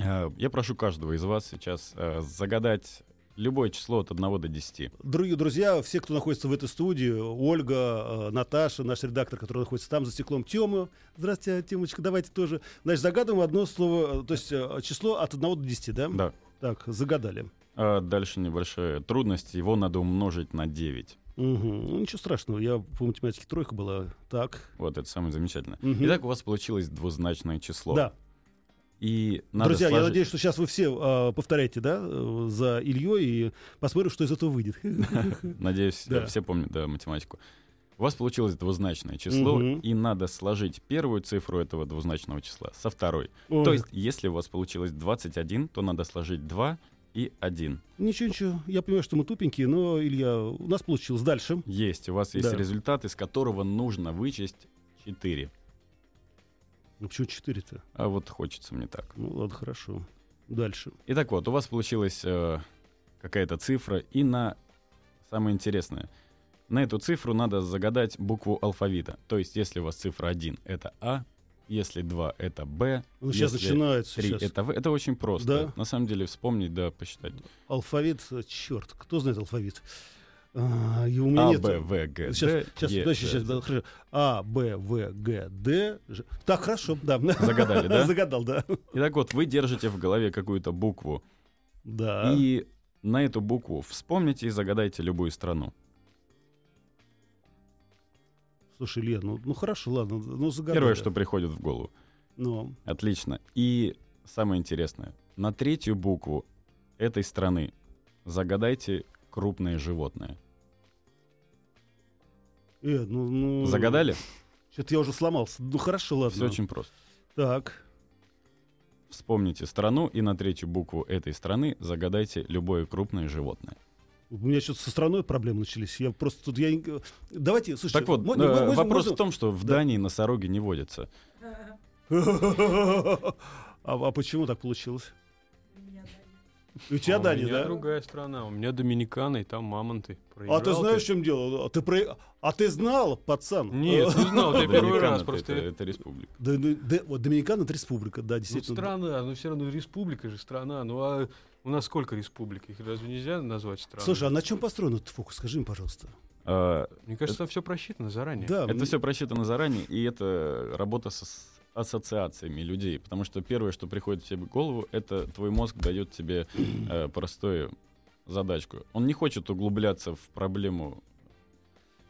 D: Э, Я прошу каждого из вас сейчас э, загадать любое число от 1 до 10.
B: Дорогие друзья, все, кто находится в этой студии, Ольга, э, Наташа, наш редактор, который находится там за стеклом, Тёма. Здравствуйте, Тёмочка, давайте тоже. Значит, загадываем одно слово, э, то есть э, число от 1 до 10, да?
D: Да.
B: Так, загадали.
D: А дальше небольшая трудность, его надо умножить на 9.
B: Мгм. Ну, ничего страшного, я по математике тройка была. Так.
D: Вот это самое замечательное.
B: Мгм.
D: Итак, у вас получилось двузначное число.
B: Да.
D: И надо
B: Друзья, я
D: сложить-
B: надеюсь, что сейчас вы все э, повторяете, да, э, за Ильей и посмотрим, что из этого выйдет. *laughs*
D: Надеюсь,
B: Да.
D: все помнят, да, математику. У вас получилось двузначное число,
B: Мгм.
D: и надо сложить первую цифру этого двузначного числа со второй. То
B: Ой,
D: есть, если у вас получилось 21, то надо сложить 2 и 1.
B: Ничего, ничего. Я понимаю, что мы тупенькие, но, Илья, у нас получилось. Дальше.
D: Есть, у вас есть
B: Да.
D: результат, из которого нужно вычесть 4.
B: Ну, почему 4-то?
D: А вот хочется мне так.
B: Ну, ладно, хорошо. Дальше.
D: Итак, вот, у вас получилась э, какая-то цифра, и на самое интересное, на эту цифру надо загадать букву алфавита. То есть, если у вас цифра 1 — это А, если 2 — это Б,
B: Ну, сейчас
D: Если
B: начинается.
D: 3
B: сейчас.
D: — это В. Это очень просто.
B: Да.
D: На самом деле, вспомнить, да, посчитать.
B: Алфавит, э, черт, кто знает алфавит? А, и у меня
D: А,
B: нет...
D: Б, В, Г,
B: Сейчас,
D: Д,
B: сейчас,
D: Е,
B: подожди,
D: Ж,
B: сейчас,
D: З.
B: да, хорошо. А, Б, В, Г, Д. Ж. Так, хорошо, да.
D: Загадали,
B: *laughs*
D: да?
B: Загадал, да.
D: Итак, вот вы держите в голове какую-то букву,
B: Да.
D: и на эту букву вспомните и загадайте любую страну.
B: Слушай, Лен, ну, ну хорошо, ладно, ну загадал.
D: Первое, что приходит в голову.
B: Ну,
D: Отлично. И самое интересное, на третью букву этой страны загадайте крупное животное.
B: э, ну, ну...
D: Загадали?
B: Что-то я уже сломался. Ну хорошо, ладно.
D: Все очень просто.
B: Так.
D: Вспомните страну и на третью букву этой страны загадайте любое крупное животное.
B: У меня что-то со страной проблемы начались. Я просто тут... Я... не- Давайте, слушай...
D: так вот, э, вопрос в том, что в Дании носороги не водятся.
B: а, а почему так получилось? И У тебя
C: А
B: Дани,
C: у меня
B: да?
C: другая страна. У меня Доминикана, и там мамонты.
B: А ты
C: Проиграл
B: знаешь, в чем дело? А ты, про... а ты знал, пацан? *laughs*
C: Нет, не знал, я первый раз
D: Доминикана
C: просто...
D: это, это республика.
B: Да, ну, да, вот Доминикана это республика, да,
C: Ну,
B: действительно.
C: страна, ну все равно республика же страна. Ну а у нас сколько республик? Их разве нельзя назвать страной?
B: Слушай, а на чем построен этот фокус? Скажи мне, пожалуйста.
D: Э,
C: мне кажется, все просчитано заранее.
B: Да,
D: Это
B: м,
D: все просчитано заранее, и это работа с ас- ассоциациями людей. Потому что первое, что приходит тебе в голову, это твой мозг дает тебе э, простую задачку. Он не хочет углубляться в проблему.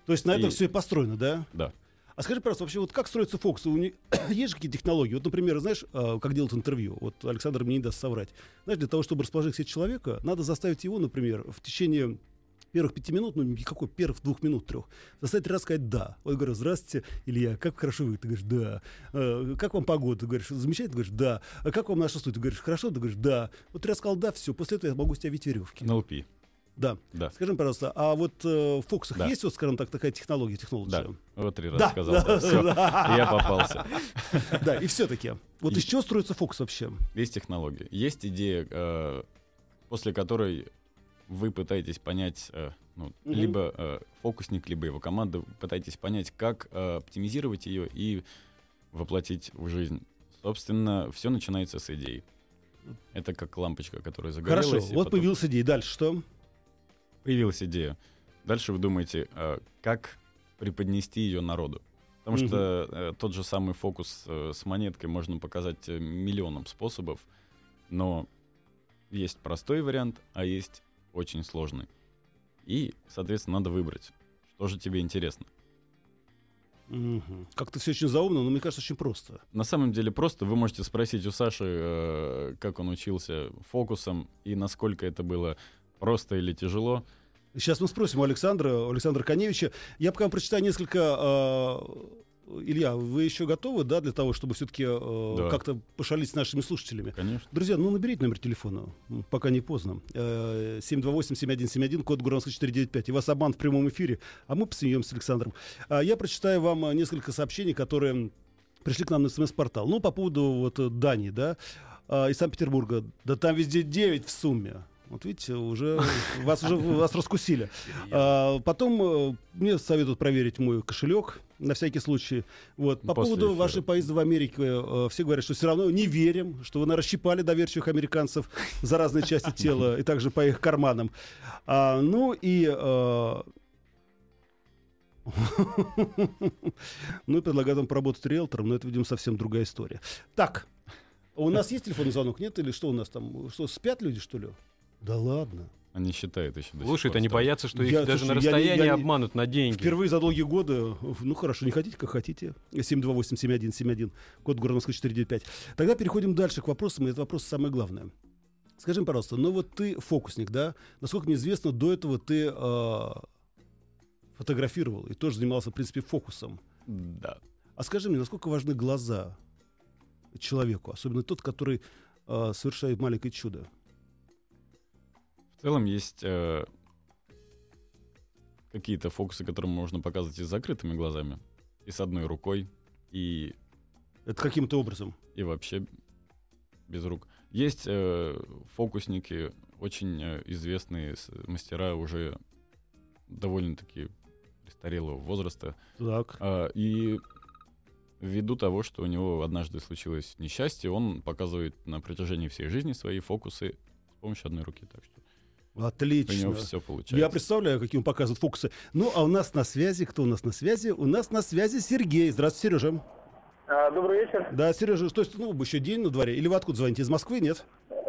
B: То есть на этом
D: и-
B: все и построено, да?
D: Да.
B: А скажи, пожалуйста, вообще, вот как строится фокус? У них *coughs* есть же какие-то технологии? Вот, например, знаешь, э, как делают интервью? Вот Александр мне не даст соврать. Знаешь, для того, чтобы расположить к себе человека, надо заставить его, например, в течение первых пяти минут, ну, какой, первых двух минут, трех, заставить раз сказать «да». Вот говорю, здравствуйте, Илья, как хорошо вы? Ты говоришь «да». «Э, Как вам погода? Ты говоришь «замечательно», ты говоришь «да». «А как вам наша студия? Ты говоришь «хорошо», ты говоришь «да». Вот ты раз сказал «да», все, после этого я могу с тебя ведь веревки.
D: НЛП.
B: Да.
D: Да.
B: Скажи, мне, пожалуйста, а вот э, в Фоксах
D: Да.
B: есть, вот, скажем так, такая технология, технология?
D: Да. Вот три раза
B: Да,
D: сказал.
B: да, *laughs*
D: да, всё,
B: да.
D: Я попался.
B: Да, и все-таки. Вот
D: И-
B: из чего строится Фокс вообще?
D: Есть технология. Есть идея, э, после которой вы пытаетесь понять, э, ну,
B: Мгм.
D: либо э, фокусник, либо его команда, пытаетесь понять, как э, оптимизировать ее и воплотить в жизнь. Собственно, все начинается с идей. Это как лампочка, которая загорелась.
B: Хорошо,
D: и
B: вот
D: потом
B: появилась идея. Дальше что?
D: появилась идея. Дальше вы думаете, э, как преподнести ее народу. Потому
B: Мгм.
D: что э, тот же самый фокус э, с монеткой можно показать э, миллионом способов, но есть простой вариант, а есть очень сложный. И, соответственно, надо выбрать, что же тебе интересно.
B: Мгм. Как-то все очень заумно, но мне кажется, очень просто.
D: На самом деле просто вы можете спросить у Саши, э, как он учился фокусом и насколько это было просто или тяжело.
B: Сейчас мы спросим у Александра, у Александра Коневича. Я пока вам прочитаю несколько... э, Илья, вы еще готовы, да, для того, чтобы все-таки э,
D: Да.
B: как-то пошалить с нашими слушателями?
D: Конечно.
B: Друзья, ну наберите номер телефона, м, пока не поздно. Э, 728-7171, код Гуранска 495. И вас обман в прямом эфире, а мы посмеемся с Александром. А Я прочитаю вам э, несколько сообщений, которые м, пришли к нам на смс-портал. Ну, по поводу вот э, Дании, да, э, из Санкт-Петербурга. Да там везде 9 в сумме. Вот видите,
D: *laughs*
B: уже вас уже вас раскусили. А, потом э, мне советуют проверить мой кошелек на всякий случай. Вот. По
D: Ну, После
B: поводу
D: эфира.
B: вашей поезда в Америке, э, все говорят, что все равно не верим, что вы наверное, расщипали доверчивых американцев за разные части тела и также по их карманам. А, ну и... э, *laughs* ну и предлагают вам поработать риэлтором, но это, видимо, совсем другая история. Так, у нас есть телефонный звонок, нет? Или что у нас там? Что, спят люди, что ли? Да ладно.
D: Они считают еще до сих
C: Слушай,
D: пор,
C: это они
D: что-
C: боятся, что их
B: Я-
C: даже
B: слушай, я
C: на
B: не- я
C: расстоянии
B: не-
C: обманут на деньги.
B: Впервые за долгие годы, ну хорошо, не хотите, как хотите. 728-7171, код города Москва 495. Тогда переходим дальше к вопросам, и этот вопрос самое главное. Скажи, мне, пожалуйста, ну вот ты фокусник, да? Насколько мне известно, до этого ты э, фотографировал и тоже занимался, в принципе, фокусом.
D: Да.
B: А скажи мне, насколько важны глаза человеку, особенно тот, который э, совершает маленькое чудо?
D: В целом есть э, какие-то фокусы, которые можно показывать и с закрытыми глазами, и с одной рукой, и,
B: Это каким-то образом.
D: и вообще без рук. Есть э, фокусники, очень э, известные с- мастера уже довольно-таки престарелого возраста,
B: Так.
D: А, и ввиду того, что у него однажды случилось несчастье, он показывает на протяжении всей жизни свои фокусы с помощью одной руки. Так что У него
B: Отлично.
D: все получается.
B: Я представляю, какие он показывает фокусы. Ну, а у нас на связи, кто у нас на связи? У нас на связи Сергей. Здравствуйте, Сережа.
E: А, Добрый вечер.
B: Да, Сережа, то есть, ну, еще день на дворе. Или вы откуда звоните? Из Москвы, нет?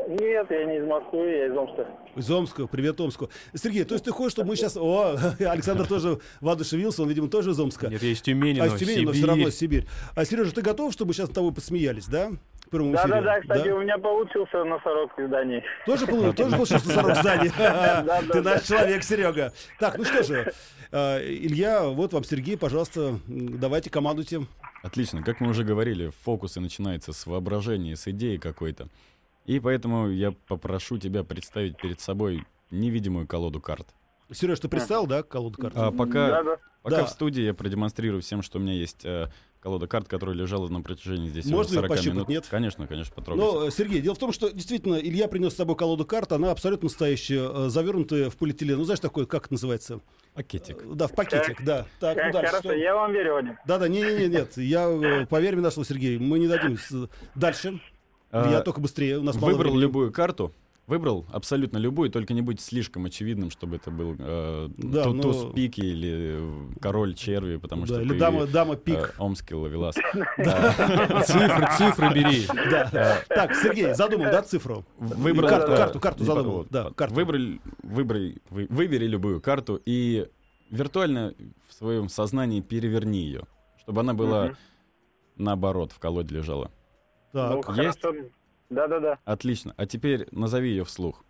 E: Нет, я не из Москвы, я из Омска.
B: Из Омска, привет Омску. Сергей, то есть ты хочешь, чтобы мы сейчас... О, *laughs* Александр тоже воодушевился, он, видимо, тоже из Омска.
C: Нет, я из Тюмени,
B: а
C: но
B: из Тюмени, но
C: Сибирь.
B: все равно Сибирь. А, Сережа, ты готов, чтобы сейчас с тобой посмеялись, да? В прямом эфире?
E: Да-да-да, кстати, у меня получился носорог из Дании.
B: Тоже получил, тоже получил
E: *laughs*
B: 140 зданий. *laughs*
E: да,
B: Ты
E: да.
B: наш человек, Серега. Так, ну что же, э, Илья, вот вам Сергей, пожалуйста, м, давайте командуйте.
D: Отлично. Как мы уже говорили, фокусы начинаются с воображения, с идеи какой-то. И поэтому я попрошу тебя представить перед собой невидимую колоду карт.
B: Сереж, ты представил, да, колоду карт?
D: А пока,
E: Да-да.
D: пока
B: Да.
D: в студии я продемонстрирую всем, что у меня есть э, колода карт, которая лежала на протяжении здесь уже
B: Можно ее
D: 40
B: пощупать,
D: минут.
B: нет?
D: Конечно, конечно, потрогайте.
B: Но, э, Сергей, дело в том, что действительно Илья принес с собой колоду карт, она абсолютно настоящая, э, завернутая в полиэтилен. Ну, знаешь, такой, как это называется?
D: Пакетик.
B: Э, Да, в пакетик, да. Так, ну
E: Хо-
B: дальше.
E: э, Хорошо,
B: что?
E: я вам верю, Вадим.
B: Да-да, не-не-не, нет, я, э, поверь мне, нашел Сергей, мы не дадим. С- Дальше,
D: А,
B: Илья, только быстрее, у нас мало
D: Выбрал
B: времени.
D: любую карту. Выбрал абсолютно любую, только не будь слишком очевидным, чтобы это был э,
B: Да,
D: ту-
B: но-
D: туз пики или э, король черви, потому что
B: Да,
D: ты,
B: или дама, дама
D: э,
B: пик.
D: омский *laughs* ловелас.
C: Цифры, цифры бери.
D: э, *laughs*
B: Да. Так, Сергей, задумал, да, цифру?
D: Выбрал
B: Карту,
D: э,
B: карту, карту
D: не
B: задумал,
D: подумал.
B: да, карту.
D: Выбрали- выбрали- вы- выбери любую карту и виртуально в своем сознании переверни ее, чтобы она была
E: Мгм.
D: наоборот в колоде лежала.
E: Ну,
B: Так,
D: есть?
E: хорошо. Да-да-да.
D: Отлично. А тетеперь назови ее вслух.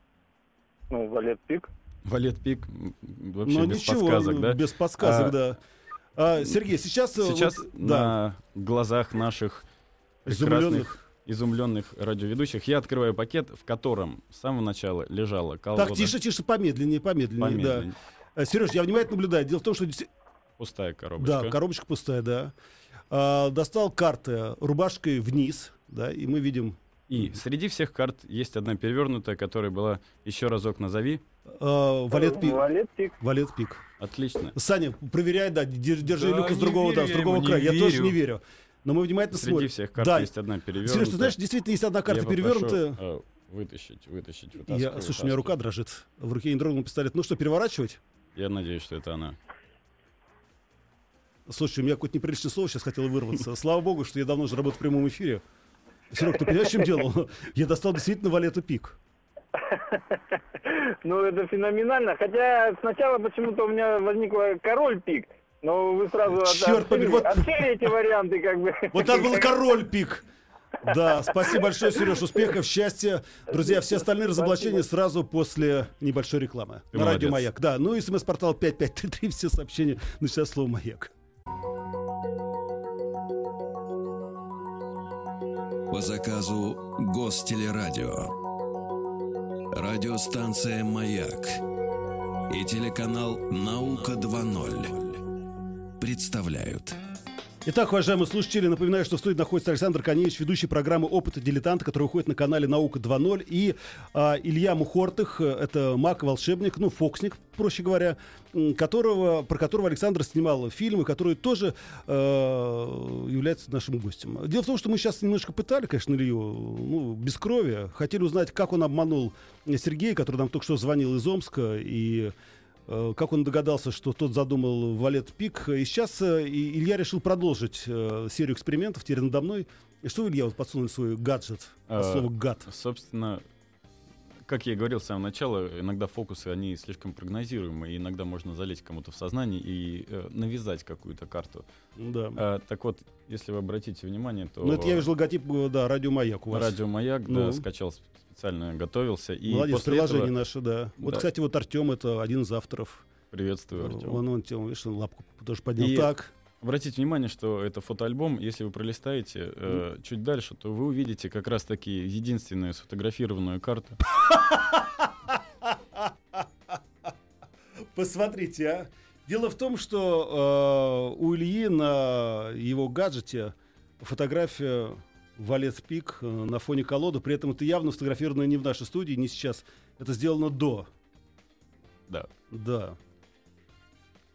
E: Ну, валет пик.
D: Валет пик м, вообще
B: ну
D: без
B: ничего,
D: подсказок, да?
B: без подсказок,
D: А,
B: да. А, Сергей, сейчас... э,
D: Сейчас
B: вот, да,
D: на глазах наших прекрасных
B: изумленных.
D: изумленных радиоведущих я открываю пакет, в котором с самого начала лежала колода.
B: Так, тише, тише, помедленнее, помедленнее,
D: помедленнее.
B: да. Сереж, я внимательно наблюдаю. Дело в том, что действи-
D: Пустая коробочка.
B: Да, коробочка пустая, да. А, достал карты рубашкой вниз, да, и мы видим.
D: И среди всех карт есть одна перевернутая, которая была еще разок назови.
B: а, валет пик.
E: Валет пик.
B: Валет пик.
D: Отлично.
B: Саня, проверяй, да, дер- держи
C: Да,
B: люку с
C: не
B: другого,
C: верю
B: да, с
C: я
B: другого
C: ему, не
B: края. Я тоже
C: верю.
B: не верю. Но мы внимательно
D: Среди
B: смотрим.
D: всего всех карт
B: Да.
D: есть одна перевернутая.
B: Сереж, ты знаешь, действительно есть одна карта
D: Я попрошу,
B: перевернутая.
D: э, вытащить, вытащить, вытаскивай,
B: Я, слушай, у меня
D: вытаскивай.
B: рука дрожит. В руке не дрогнул пистолет. Ну что, переворачивать?
D: Я надеюсь, что это она.
B: Слушай, у меня какое-то неприличное слово сейчас хотело вырваться. Слава богу, что я давно уже работаю в прямом эфире. Серег, ты понимаешь, в чем дело? Я достал действительно валету пик.
E: Ну, это феноменально. Хотя сначала почему-то у меня возникла король пик. Но вы сразу от-
B: Чёрт побери,
E: отшили,
B: вот-
E: отшили эти варианты, как бы.
B: *laughs* Вот там был король пик. Да, спасибо большое, Сереж. Успехов, счастья. Друзья, все остальные разоблачения сразу после небольшой рекламы.
D: Ты
B: на радио
D: молодец.
B: «Маяк». Да, ну и смс-портал 5533, все сообщения начинают слово «Маяк».
A: по заказу Гостелерадио. Радиостанция «Маяк» и телеканал «Наука 2.0» представляют.
B: Итак, уважаемые слушатели, напоминаю, что в студии находится Александр Коневич, ведущий программы «Опыты дилетанта», который выходит на канале «Наука 2.0», и а, Илья Мухортых, э, это маг-волшебник, ну, фоксник, проще говоря, м, которого, про которого Александр снимал фильмы, который тоже э, является нашим гостем. Дело в том, что мы сейчас немножко пытали, конечно, Илью, ну, без крови, хотели узнать, как он обманул Сергея, который нам только что звонил из Омска, и Э, как он догадался, что тот задумал валет пик. И сейчас э, и- Илья решил продолжить э, серию экспериментов теперь надо мной. И что Илья вот подсунул свой гаджет? От
D: А,
B: слова гад.
D: Собственно, как я и говорил с самого начала, иногда фокусы, они слишком прогнозируемы, и иногда можно залезть кому-то в сознание и э, навязать какую-то карту.
B: Да.
D: А, так вот, если вы обратите внимание, то...
B: Ну, это я вижу логотип, э, да, радиомаяк у вас.
D: Радио Маяк,
B: Ну.
D: да, скачал сп- специально, готовился. И
B: Молодец,
D: после
B: приложение
D: этого-
B: наше, да. Вот,
D: Да.
B: кстати, вот Артем это один из авторов.
D: Приветствую, Артём.
B: Он, он, тем, видишь, он лапку тоже поднял.
D: И-
B: Так.
D: Обратите внимание, что это фотоальбом. Если вы пролистаете э, чуть дальше, то вы увидите как раз-таки единственную сфотографированную карту.
B: Посмотрите, а. Дело в том, что э, у Ильи на его гаджете фотография валет пик э, на фоне колоды. При этом это явно сфотографировано не в нашей студии, не сейчас. Это сделано до.
D: Да.
B: Да.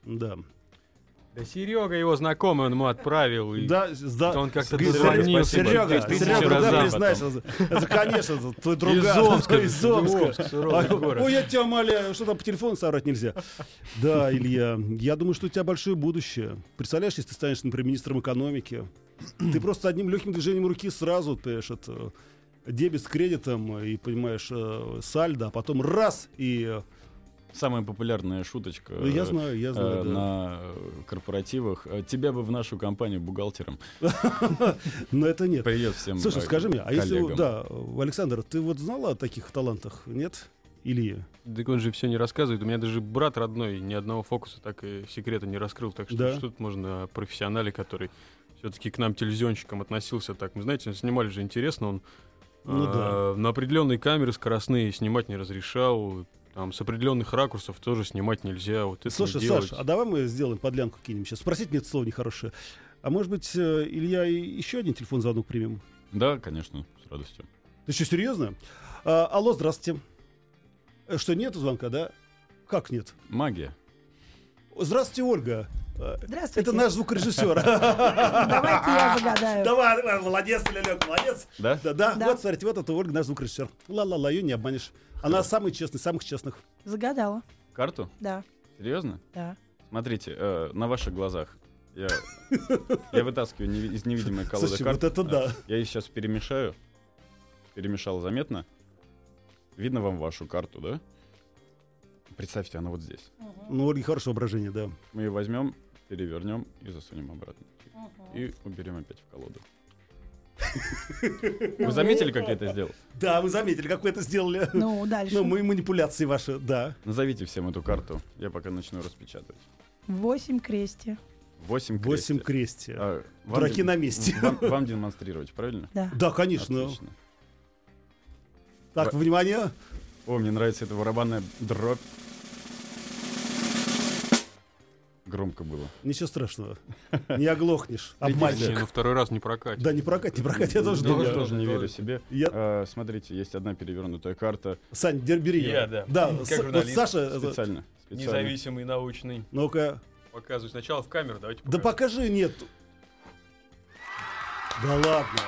B: Да.
C: Да Серега его знакомый, он ему отправил. и-
B: Да, с- да.
C: Это он как-то
B: Говорит,
C: дозвонился,
B: Серега,
C: блядь, тысячу
B: Серега,
C: раз
B: да,
C: запад.
B: признайся. Это, конечно, это твой друга.
C: Из Омска,
B: Из Омска.
C: Омск, суровый
B: А,
C: город.
B: Ой, я тебя умоляю, что там по телефону соврать нельзя. Да, Илья, я думаю, что у тебя большое будущее. Представляешь, если ты станешь, например, министром экономики, ты просто одним легким движением руки сразу, понимаешь, это дебет с кредитом и, понимаешь, э, сальдо, а потом раз и...
D: Самая популярная шуточка
B: э, Я
D: э,
B: знаю, я
D: э,
B: знаю, да.
D: на э, корпоративах. э, Тебя бы в нашу компанию бухгалтером.
B: Но это нет.
D: Привет всем
B: Слушай,
D: э,
B: скажи мне, а если...
D: коллегам.
B: Да, э, Александр, ты вот знала о таких талантах, нет? Илья?
C: Так он же все не рассказывает. У меня даже брат родной ни одного фокуса так и секрета не раскрыл. Так что
B: Да.
C: что тут можно о профессионале, который все-таки к нам, телевизионщикам, относился так. Мы, знаете, снимали же интересно. Он
B: Ну
C: а, на определенные камеры скоростные снимать не разрешал. Там с определенных ракурсов тоже снимать нельзя. Вот это не
B: Слушай,
C: делать.
B: Саша, а давай мы сделаем подлянку кинем сейчас. Спросить нет слово нехорошее. А может быть, э, Илья, и еще один телефон звонок примем?
D: Да, конечно, с радостью.
B: Ты что, серьезно? А, алло, здравствуйте. Э, Что, нету звонка, да? Как нет?
D: Магия.
B: Здравствуйте, Ольга. Э,
F: Здравствуйте. Ну,
B: Это наш
F: *laughs*
B: звукорежиссер.
F: Давайте я
B: *laughs*
F: загадаю.
B: Давай, давай, молодец, Лелек, молодец.
D: Да?
B: Да, да,
F: Да.
B: вот, смотрите, вот это Ольга, наш звукорежиссер. Ла-ла-ла, ее не обманешь. Она самый честный, самых честных.
F: Загадала,
D: Карту?
F: да,
D: Серьезно?
F: да.
D: Смотрите, э, на ваших глазах. Я, я вытаскиваю неви- из невидимой колоды
B: Слушай,
D: карт. Э,
B: вот это да.
D: Я их сейчас перемешаю. Перемешал заметно. Видно вам вашу карту, да? Представьте, она вот здесь.
B: Ну, Ольга, хорошее воображение, да.
D: Мы ее возьмем, перевернем и засунем обратно. И уберем опять в колоду. Вы заметили, как я это сделал?
B: Да, вы заметили, как вы это сделали.
F: Ну, дальше.
B: Ну, мы манипуляции ваши, да.
D: Назовите всем эту карту. Я пока начну распечатывать.
F: Восемь крести,
D: Восемь
B: Восемь
D: крестик.
B: крести.
D: А, вам
B: Дураки
D: дем-
B: на Ну. месте. *laughs*
D: Вам, вам демонстрировать, правильно?
F: да.
B: Да, конечно.
D: Отлично.
B: Так, внимание.
D: О, мне нравится эта барабанная дробь. Громко было.
B: Ничего
D: *laughs*
B: страшного. Не оглохнешь.
C: Не, ну
B: Обманщик.
C: второй раз не прокатит.
B: Да не прокатит, не прокатит, я тоже
D: Я
C: Тоже,
B: думаю.
D: тоже не
C: тоже.
D: верю себе.
B: Я-
D: А, смотрите, есть одна перевернутая карта.
B: Сань, дер- бери ее.
C: Я, да.
B: Да,
C: Как
B: С- вот
C: журналист.
B: Саша... это-
D: Специально. специально.
C: Независимый, научный.
B: Ну-ка.
C: Показывай сначала в камеру, давайте
B: Да
C: покажем.
B: покажи, нет. Да ладно.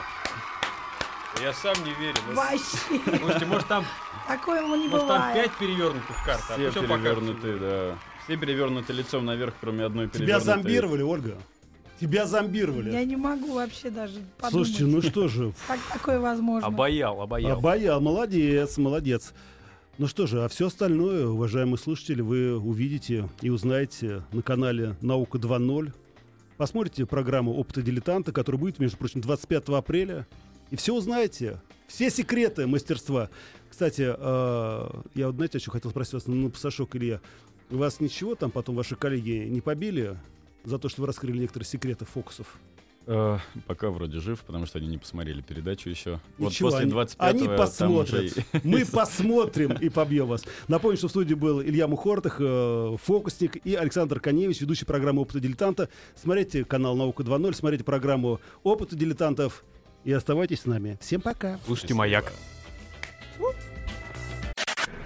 C: Я сам не верю. ну,
F: Вообще, *laughs*
C: Слушайте, может там,
F: такое ему не
C: может, там
F: бывает.
C: пять перевернутых карт, а
D: Все
C: всё
D: перевернуты, да. Все перевернуты лицом наверх, кроме одной
B: Тебя
D: перевернутой.
B: зомбировали, Ольга. Тебя
F: Я
B: зомбировали.
F: не могу вообще даже подумать,
B: Слушайте, ну что же.
F: как такое
C: А
F: возможно.
C: Обаял, обаял.
B: Обаял, А молодец, молодец. Ну что же, а все остальное, уважаемые слушатели, вы увидите и узнаете на канале «Наука 2.0». Посмотрите программу «Опыта дилетанта», которая будет, между прочим, 25 апреля. И все узнаете. Все секреты мастерства. Кстати, э, я, вот, знаете, еще хотел спросить вас, ну, Пасашок Илья, вас ничего там потом ваши коллеги не побили за то, что вы раскрыли некоторые секреты фокусов?
D: Э, пока вроде жив, потому что они не посмотрели передачу еще.
B: Ничего,
D: вот после
B: они-
D: 25
B: они посмотрят. *laughs* Мы посмотрим и побьем вас. Напомню, что в студии был Илья Мухортых, э, фокусник, и Александр Коневич, ведущий программы «Опыта дилетанта». Смотрите канал «Наука 2.0», смотрите программу «Опыта дилетантов» и оставайтесь с нами. Всем пока!
C: Слушайте, маяк.